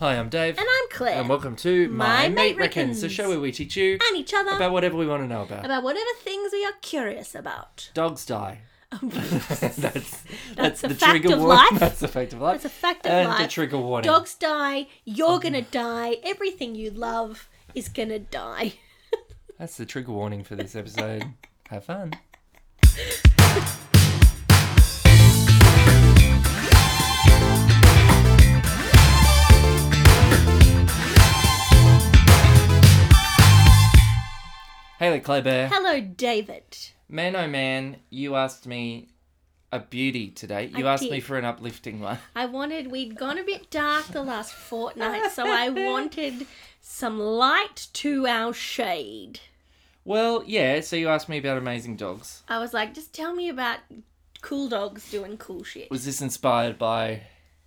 Hi, I'm Dave. And I'm Claire. And welcome to My Mate Reckons, Reckons. the show where we teach you and each other about whatever we want to know about. about whatever things we are curious about. Dogs die. that's that's, Oh, a the fact trigger of warning. life. That's the fact of life. That's a fact of and the life. trigger warning. Dogs die, you're gonna die, everything you love is gonna die. That's the trigger warning for this episode. Have fun. Hey there, Claire Bear. Hello, David. Man, oh man, you asked me a beauty today. You I asked me did. for an uplifting one. I wanted, we'd gone a bit dark the last fortnight, so I wanted some light to our shade. Well, yeah, so you asked me about amazing dogs. I was like, just tell me about cool dogs doing cool shit. Was this inspired by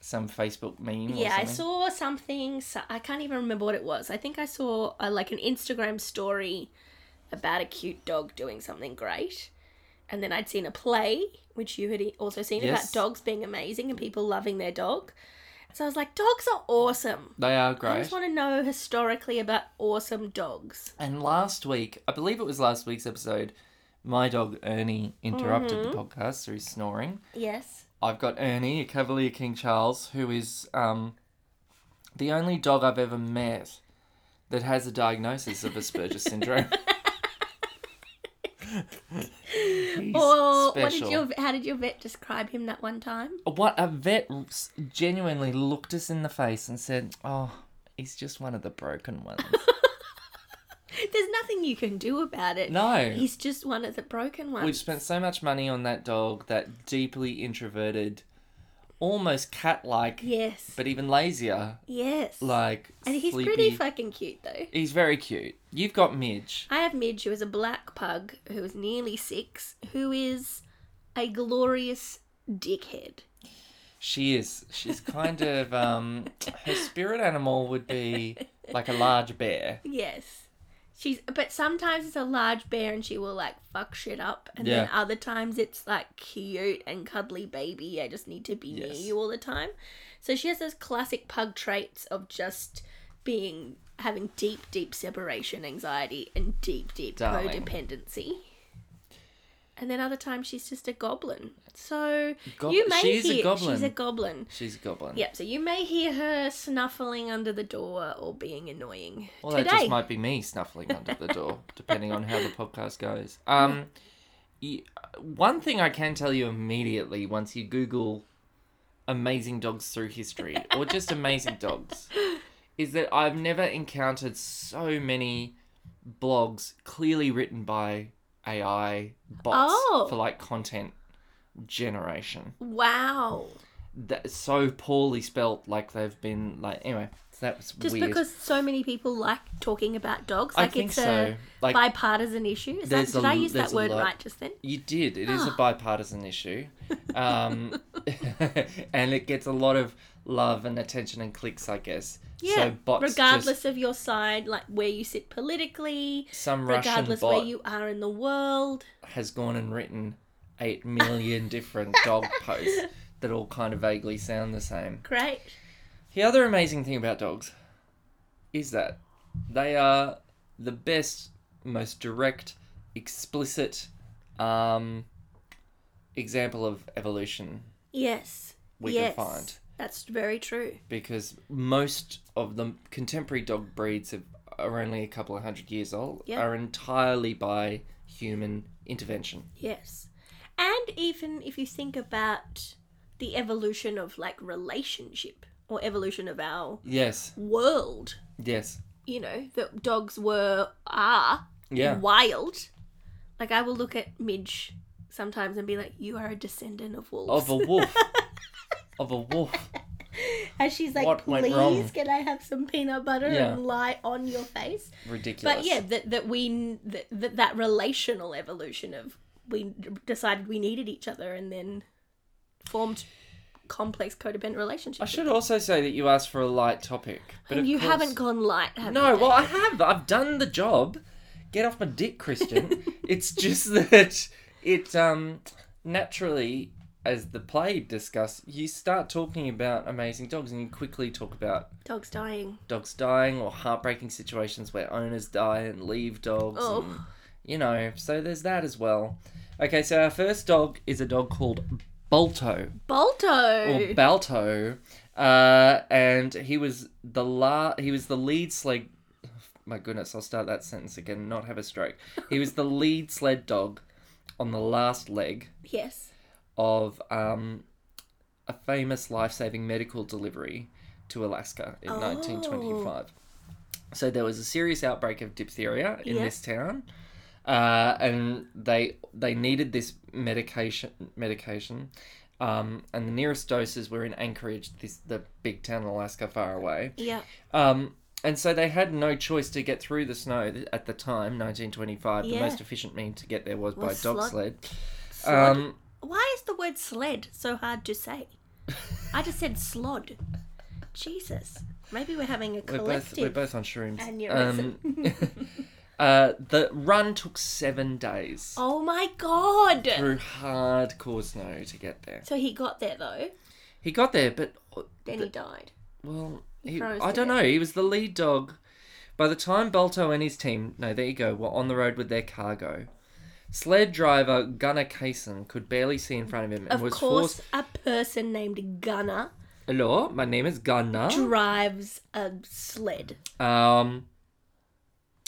some Facebook meme or Yeah, I something? saw something. So I can't even remember what it was. I think I saw uh, like an Instagram story about a cute dog doing something great, and then I'd seen a play which you had e- also seen Yes. about dogs being amazing and people loving their dog. So I was like, dogs are awesome. They are I great. just want to know historically about awesome dogs. And last week, I believe it was last week's episode, my dog Ernie interrupted Mm-hmm. the podcast through snoring. Yes. I've got Ernie, a Cavalier King Charles, who is um, the only dog I've ever met that has a diagnosis of Asperger's syndrome. He's Or what did special. your how did your vet describe him that one time? What a vet s- genuinely looked us in the face and said, "Oh, he's just one of the broken ones." There's nothing you can do about it. No, He's just one of the broken ones. We've spent so much money on that dog, that deeply introverted, almost cat like, Yes. but even lazier, Yes. like And he's sleepy. pretty fucking cute though. he's very cute. You've got Midge. I have Midge, who is a black pug who is nearly six, who is a glorious dickhead. She is. She's kind of um her spirit animal would be like a large bear. Yes. She's but sometimes it's a large bear and she will like fuck shit up and then Yeah. other times it's like cute and cuddly baby, I just need to be near Yes. you all the time. So she has those classic pug traits of just being having deep, deep separation anxiety and deep, deep Darling. codependency. And then other times she's just a goblin. So Gob- you may she's a hear she's goblin. a goblin. She's a goblin. Yep, so you may hear her snuffling under the door or being annoying. Well, that just might be me snuffling under the door, depending on how the podcast goes. Um, y- one thing I can tell you immediately once you Google amazing dogs through history or just amazing dogs is that I've never encountered so many blogs clearly written by AI bots Oh. for like content generation. Wow. That's so poorly spelt, like they've been like anyway. So that was Just weird. because so many people like talking about dogs, I like think it's so. a Like bipartisan issue. Is that, there's did a- I use there's that a word lot. right just then? You did. It is a Ah. bipartisan issue. Um, and it gets a lot of love and attention and clicks, I guess. Yeah. bots just- regardless of your side, like where you sit politically, some Russian regardless where bot you are in the world. has gone and written 8 million different dog posts that all kind of vaguely sound the same. Great. The other amazing thing about dogs is that they are the best, most direct, explicit um, example of evolution Yes. we yes. can find. That's very true. because most of the contemporary dog breeds have, are only a couple of hundred years old Yeah. are entirely by human intervention Yes. And even if you think about the evolution of like relationship or evolution of our yes world, yes you know, that dogs were are Mm. yeah wild. Like I will look at Midge sometimes and be like, "You are a descendant of wolves," of a wolf of a wolf and she's like, what went wrong? "Please, can I have some peanut butter Yeah. and lie on your face?" ridiculous But yeah, that that we that, that that relational evolution of we decided we needed each other and then formed complex codependent relationships. i should also say that you asked for a light topic but and of you course- haven't gone light, have you? no well i have i've done the job get off my dick christian it's just that it um naturally as the play discussed, you start talking about amazing dogs and you quickly talk about Dog's dying. dogs dying or heartbreaking situations where owners die and leave dogs. Oh. and, you know, so there's that as well. Okay, so our first dog is a dog called Balto Balto. or Balto, uh, and he was the la- he was the lead sled. My goodness, I'll start that sentence again. and Not have a stroke. He was the lead sled dog on the last leg yes. of um, a famous life-saving medical delivery to Alaska in Oh. 1925. So there was a serious outbreak of diphtheria in Yeah. this town, uh, and they they needed this medication medication. Um, and the nearest doses were in Anchorage, this the big town in Alaska, far away. Yeah. Um, and so they had no choice to get through the snow th- at the time, 1925. The Yeah. most efficient mean to get there was by Was dog slug- sled. Slod. Um, Why is the word sled so hard to say? I just said slod. Jesus. Maybe we're having a we're both we're collective. both on shrooms. aneurysm. Um, uh, the run took seven days Oh my god. through hardcore snow to get there. So he got there though. He got there, but uh, Then he the- died. well, He he, froze I to don't death. know. He was the lead dog. By the time Balto and his team, no, there you go, were on the road with their cargo, sled driver Gunnar Kaysen could barely see in front of him and Of was course, forced. a person named Gunner Hello, my name is Gunnar. drives a sled. Um,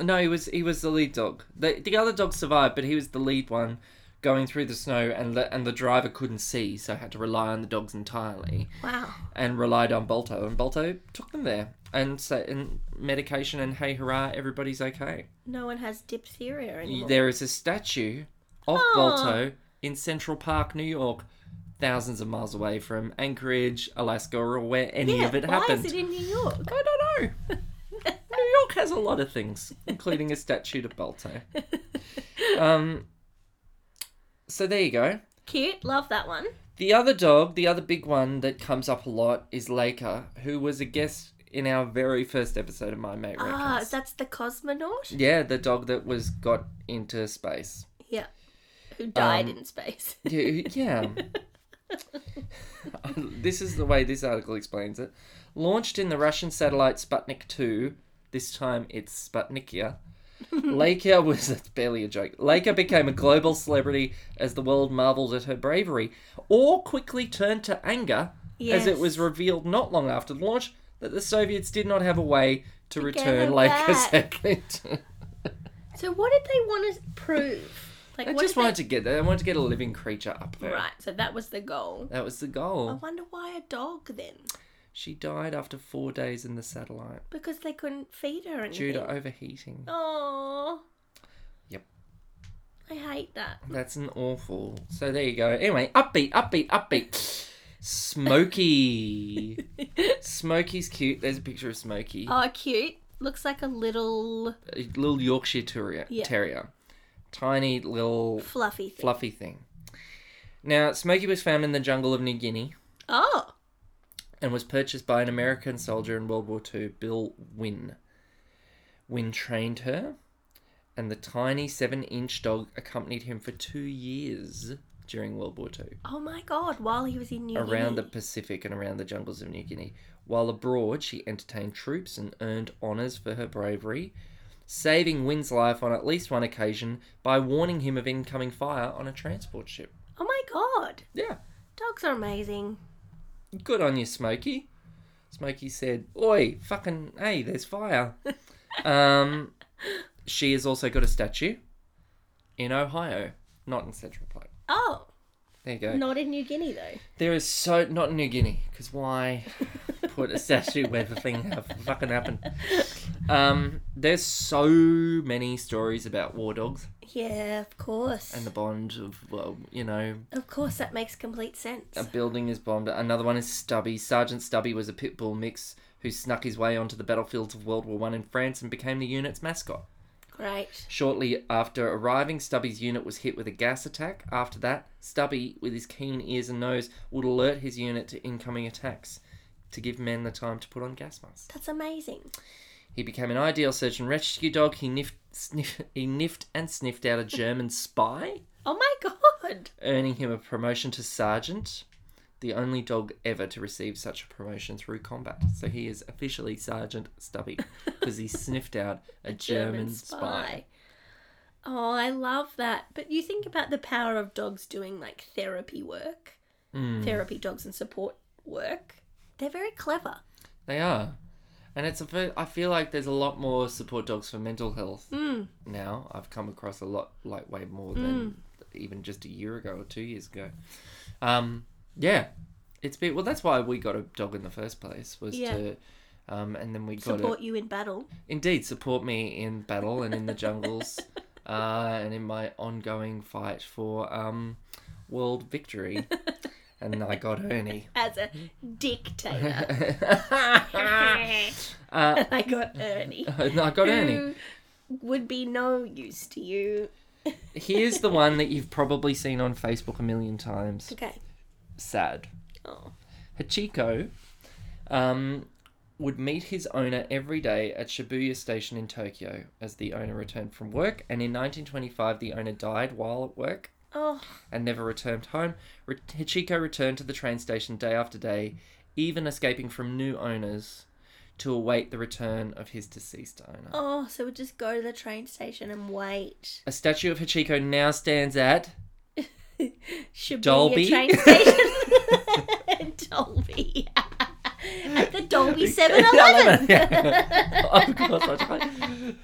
no, he was he was the lead dog. The the other dog survived, but he was the lead one going through the snow, and the and the driver couldn't see, so had to rely on the dogs entirely, Wow. and relied on Bolto, and Bolto took them there, and so and medication and hey hurrah, everybody's okay. No one has diphtheria anymore. There is a statue of Aw. Bolto in Central Park, New York. Thousands of miles away from Anchorage, Alaska, or where any yeah, of it why happened. is it in New York? I don't know. New York has a lot of things, including a statue to Balto. Um, so there you go. Cute, love that one. The other dog, the other big one that comes up a lot is Laker, who was a guest in our very first episode of My Mate Reckons. Ah, that's the cosmonaut. Yeah, the dog that was got into space. Yeah, who died Um, in space. Yeah. yeah. this is the way this article explains it. Launched in the Russian satellite Sputnik 2, this time it's Sputnikia. Leica was that's barely a joke. Leica became a global celebrity as the world marveled at her bravery, or quickly turned to anger as it was Yes. revealed not long after the launch that the Soviets did not have a way to, get return her Leica's back. second. So what did they want to prove? Like, I what just did wanted to get there. I wanted to get a living creature up they... there. Right, so that was the goal. That was the I goal. wonder why a dog then? She died after four days in the satellite Because they couldn't feed her due anything. to overheating. Oh. Yep. I hate that. That's an awful. So there you go. Anyway, upbeat, upbeat, upbeat. Smokey. Smokey's cute. There's a picture of Smokey. Oh, cute. Looks like a little A little Yorkshire terrier. Yeah. terrier. Tiny little fluffy thing. fluffy thing. Now, Smokey was found in the jungle of New Guinea Oh, and was purchased by an American soldier in World War II, Bill Wynne. Wynne trained her, and the tiny seven inch dog accompanied him for two years during World War II. oh my God! While he was in New around the Guinea. Pacific and around the jungles of New Guinea. While abroad, she entertained troops and earned honours for her bravery, saving Wynn's life on at least one occasion by warning him of incoming fire on a transport ship. Oh my God! Yeah, Dogs are amazing. good on you, Smokey. Smokey said, Oi, fucking, hey, there's fire. um, she has also got a statue in Ohio, not in Central Park. Oh, There you go. not in New Guinea though. There is so not New Guinea because why put a statue where the thing have fucking happened? Um, there's so many stories about war dogs Yeah, of course. and the bond of well, you know, Of course, that makes complete sense. a building is bombed. Another one is Stubby. Sergeant Stubby was a pit bull mix who snuck his way onto the battlefields of World War One in France and became the unit's mascot. Great. Shortly after arriving, Stubby's unit was hit with a gas attack. After that, Stubby, with his keen ears and nose, would alert his unit to incoming attacks to give men the time to put on gas masks. That's amazing. He became an ideal search and rescue dog. He niffed, sniff, he niffed and sniffed out a German spy. Oh my God. earning him a promotion to sergeant, the only dog ever to receive such a promotion through combat. So he is officially Sergeant Stubby because he sniffed out a, German, spy. Oh, I love that. But you think about the power of dogs doing like therapy work, Hmm. therapy dogs and support work. They're very clever. They are. And it's a fe- I feel like there's a lot more support dogs for mental health now. I've come across a lot, like way more than even just a year ago or two years ago. Um, yeah, it's been well. That's why we got a dog in the first place was Yeah. to, um, and then we got it. Support you in battle. indeed support me in battle and in the jungles uh, and in my ongoing fight for um, world victory. And I got Ernie. as a dictator. uh, and I got Ernie. and I got Ernie. Who would be no use to you. Here's the one that you've probably seen on Facebook a million times. Okay. Sad. Oh. Hachiko um, would meet his owner every day at Shibuya Station in Tokyo as the owner returned from work. And in 1925, the owner died while at work Oh. and never returned home. Re- Hachiko returned to the train station day after day, even escaping from new owners to await the return of his deceased owner. Oh, so we just go to the train station and wait. A statue of Hachiko now stands at Should Dolby? be a train station. Dolby. At the Dolby 7 Eleven. of course, I tried.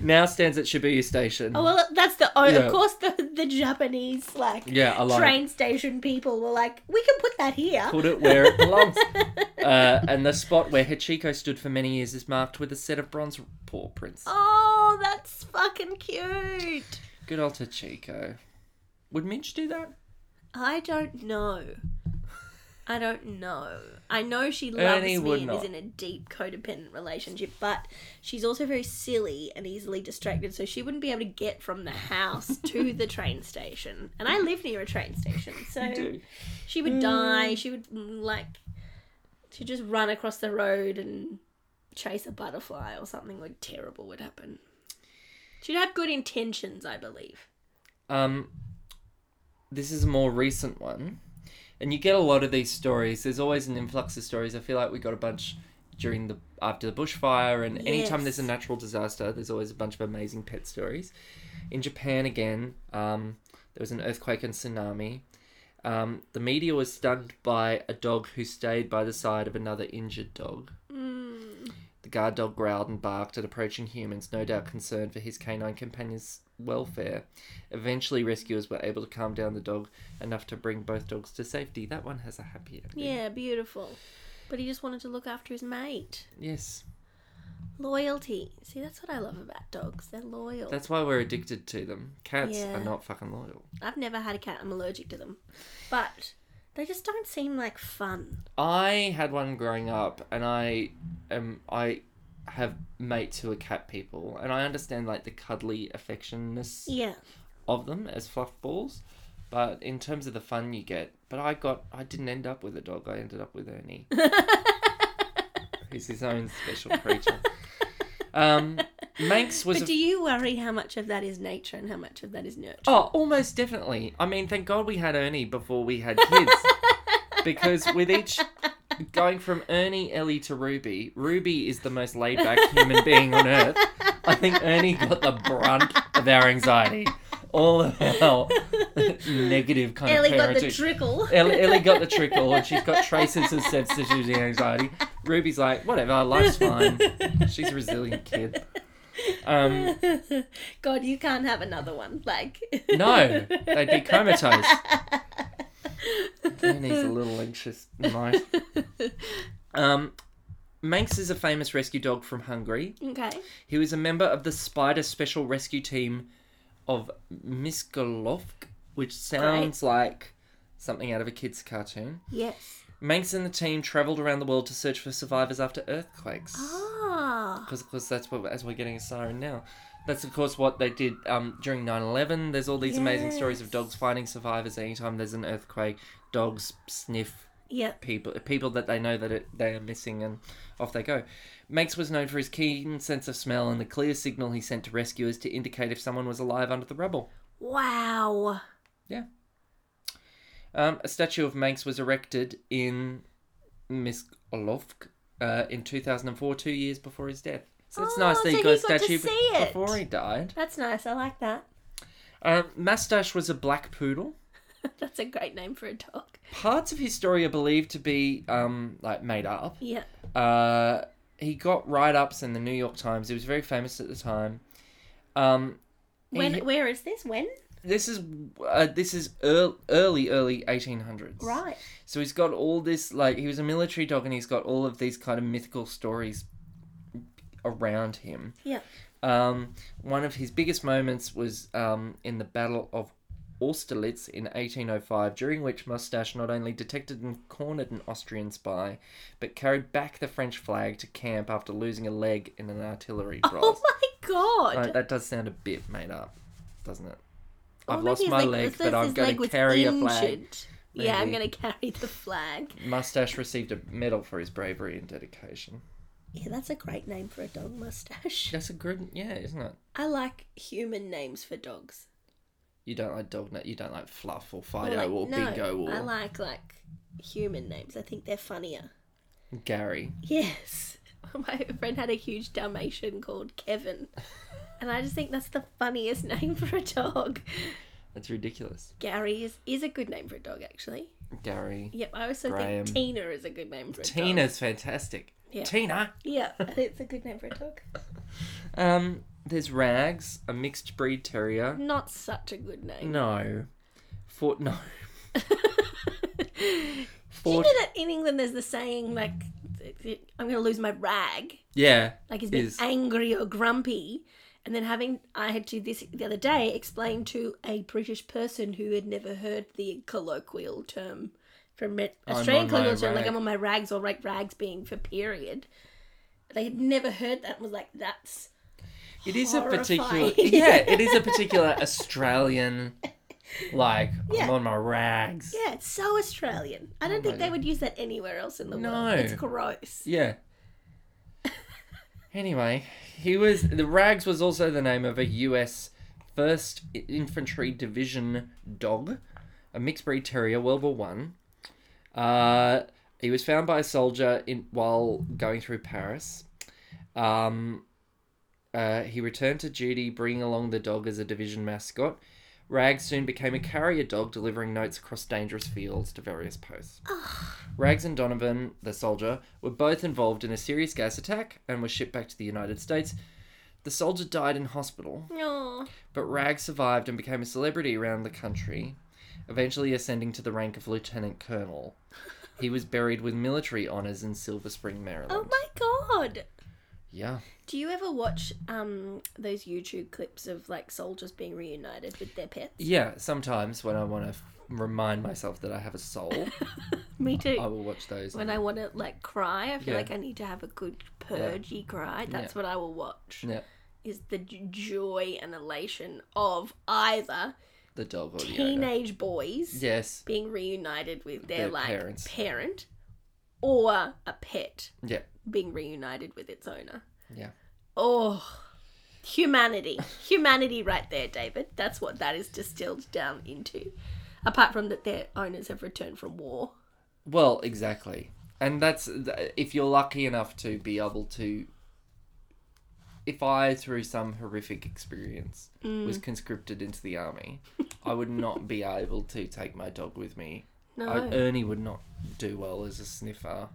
Now stands at Shibuya Station. Oh, well, that's the. Oh, Yeah. Of course, the, the Japanese, like, yeah, I like train station people were like, we can put that here. Put it where it belongs. uh, and the spot where Hachiko stood for many years is marked with a set of bronze paw prints. Oh, that's fucking cute. Good old Hachiko. Would Minch do that? I don't know. I don't know. I know she loves Ernie me would and not. is in a deep codependent relationship, but she's also very silly and easily distracted, so she wouldn't be able to get from the house to the train station. And I live near a train station, so Do. she would die. She would mm, like she'd just run across the road and chase a butterfly or something like terrible would happen. She'd have good intentions, I believe. Um, this is a more recent one, and you get a lot of these stories. There's always an influx of stories. I feel like we got a bunch during the after the bushfire, and anytime there's a Yes. natural disaster, there's always a bunch of amazing pet stories. In Japan again, um, there was an earthquake and tsunami. Um, the media was stunned by a dog who stayed by the side of another injured dog. Hmm. The guard dog growled and barked at approaching humans, no doubt concerned for his canine companion's welfare. Eventually, rescuers were able to calm down the dog enough to bring both dogs to safety. That one has a happy ending. Yeah, beautiful. But he just wanted to look after his mate. Yes. Loyalty. See, that's what I love about dogs. They're loyal. That's why we're addicted to them. Cats Yeah. are not fucking loyal. I've never had a cat. I'm allergic to them. But they just don't seem like fun. I had one growing up, and I am I have mates who are cat people, and I understand like the cuddly affectionness Yeah. of them as fluff balls, but in terms of the fun you get, but I got I didn't end up with a dog. I ended up with Ernie. He's his own special creature. Um, Manx was But a- do you worry how much of that is nature and how much of that is nurture? oh almost definitely. I mean, thank God we had Ernie before we had kids, because with each going from Ernie Ellie to Ruby, Ruby is the most laid back human being on earth. I think Ernie got the brunt of our anxiety, all of our negative kind Ellie of got the parenting. trickle. Ellie, Ellie got the trickle and she's got traces of sensitivity and anxiety. Ruby's like, whatever, life's fine. She's a resilient kid. Um, God, you can't have another one. Like, no, they'd be comatose. Ernie's a little anxious night. Um, Manx is a famous rescue dog from Hungary. okay. He was a member of the Spider Special Rescue Team of Miskolovk, which sounds like something out of a kid's cartoon. Yes. Manx and the team travelled around the world to search for survivors after earthquakes. Ah. Because, of course, that's what, as we're getting a siren now. That's, of course, what they did um, during 9 11. There's all these amazing stories of Yes. dogs finding survivors anytime there's an earthquake. Dogs sniff Yep. people people that they know that it, they are missing and off they go. Manx was known for his keen sense of smell and the clear signal he sent to rescuers to indicate if someone was alive under the rubble. Wow. Yeah. Um, a statue of Manx was erected in Miskollovk uh, in 2004, two years before his death. So it's Oh, nice that so he he got a got to statue be- see it. before he died. That's nice. I like that. Um, Mustache was a black poodle. That's a great name for a dog. Parts of his story are believed to be um, like made up. Yeah. Uh, he got write ups in the New York Times. He was very famous at the time. Um, When? he- Where is this? When? this is uh, this is early early, early 1800s. Right. So he's got all this like he was a military dog and he's got all of these kind of mythical stories around him. Yeah. Um, one of his biggest moments was um, in the Battle of Austerlitz in 1805, during which Mustache not only detected and cornered an Austrian spy, but carried back the French flag to camp after losing a leg in an artillery brawl. Oh my god. Like, that does sound a bit made up, doesn't it? Or I've maybe lost Oh, his my leg- leg, it's but just I'm his going leg to was carry a flag. injured. Yeah, I'm Maybe. going to carry the flag. Mustache received a medal for his bravery and dedication. Yeah, that's a great name for a dog, Mustache. That's a good, yeah, isn't it? I like human names for dogs. You don't like dog nut, you don't like Fluff or Fido Or like- or no, Bingo or I like like human names. I think they're funnier. Gary. Yes. My friend had a huge Dalmatian called Kevin. And I just think that's the funniest name for a dog. That's ridiculous. Gary is, is a good name for a dog, actually. Gary. Yep, I also Graham. think Tina is a good name for a dog. Tina's fantastic. Yeah. Tina. Yeah, I think it's a good name for a dog. Um, there's Rags, a mixed breed terrier. Not such a good name. No. For no. Do you For know that in England there's the saying, like, I'm going to lose my rag? yeah. like he's being Is- angry or grumpy. And then having I had to this the other day explain to a British person who had never heard the colloquial term from me- I'm Australian on my colloquial term, like rag. I'm on my rags or like rags being for period. They had never heard that and was like that's It is a particular. horrified. Yeah, it is a particular Australian. Like I'm Yeah. on my rags. yeah, it's so Australian. I Oh don't my think they God. would use that anywhere else in the No. world. It's gross. Yeah. anyway, he was the Rags was also the name of a U.S. First Infantry Division dog, a mixed breed terrier, World War One. Uh, he was found by a soldier in while going through Paris. Um, uh, he returned to duty, bringing along the dog as a division mascot. Rags soon became a carrier dog, delivering notes across dangerous fields to various posts. Rags and Donovan, the soldier, were both involved in a serious gas attack and were shipped back to the United States. The soldier died in hospital, Aw. but Rags survived and became a celebrity around the country, eventually ascending to the rank of lieutenant colonel. He was buried with military honors in Silver Spring, Maryland. Oh my god. Yeah. Do you ever watch um those YouTube clips of like soldiers being reunited with their pets? Yeah, sometimes when I want to remind myself that I have a soul, Me too. I will watch those. when I want to like cry, I feel Yeah. like I need to have a good purgy cry. That's what I will watch. Yeah, Is the j- joy and elation of either the dog audio. teenage boys Yes. being reunited with their, Their like parents. parent, or a pet Yeah. being reunited with its owner. Yeah. Oh, humanity, humanity, right there, David. That's what that is distilled down into. Apart from that, their owners have returned from war. Well, exactly. And that's th- if you're lucky enough to be able to if I through some horrific experience Mm. was conscripted into the army, I would not be able to take my dog with me. No, I, uh, Ernie would not do well as a sniffer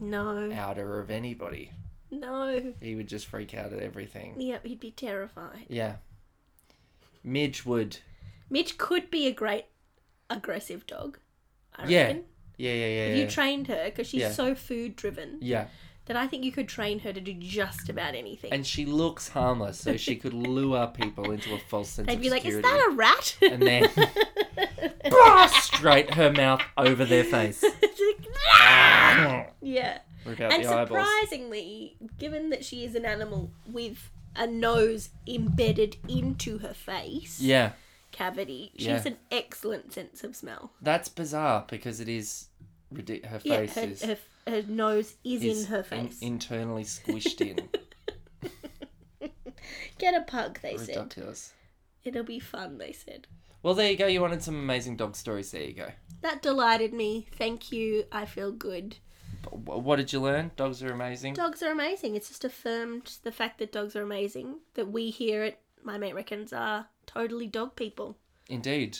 no, outer of anybody. no. He would just freak out at everything. Yep, he'd be terrified. Yeah. Midge would. Mitch could be a great aggressive dog. I Yeah. reckon. Yeah, yeah, yeah. If yeah. you trained her, because she's Yeah. so food driven, yeah. that I think you could train her to do just about anything. And she looks harmless, so she could lure people into a false sense They'd of be like, security. "Is that a rat?" and then bah, straight her mouth over their face. It's like, yeah. Rip out and the eyeballs. surprisingly, given that she is an animal with a nose embedded into her face Yeah, cavity, she Yeah. has an excellent sense of smell. that's bizarre because it is ridic- her Yeah, face her, is, her, her nose is, is in her in- face. internally squished in. Get a pug, they said. Ridiculous. It'll be fun, they said. Well, there you go. You wanted some amazing dog stories. There you go. That delighted me. Thank you. I feel good. But wh- What did you learn? Dogs are amazing. Dogs are amazing. It's just affirmed the fact that dogs are amazing. That we here at My Mate Reckons are totally dog people. Indeed.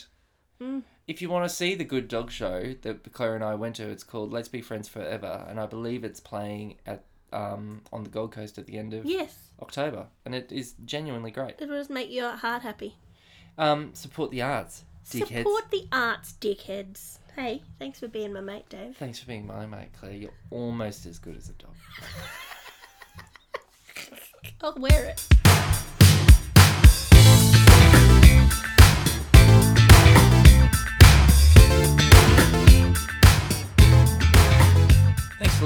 Hmm. If you want to see the good dog show that Claire and I went to, it's called Let's Be Friends Forever, and I believe it's playing at um, on the Gold Coast at the end of Yes. October, and it is genuinely great. It'll just make your heart happy. Um, support the arts, dickheads. Support the arts, dickheads. Hey, thanks for being my mate, Dave. Thanks for being my mate, Claire. You're almost as good as a dog. I'll wear it. Thanks for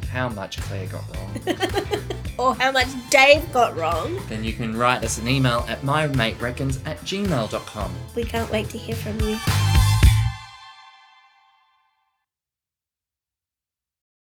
how much Claire got wrong, Or Oh, how much Dave got wrong. then you can write us an email at mymatereckons at gmail.com. We can't wait to hear from you.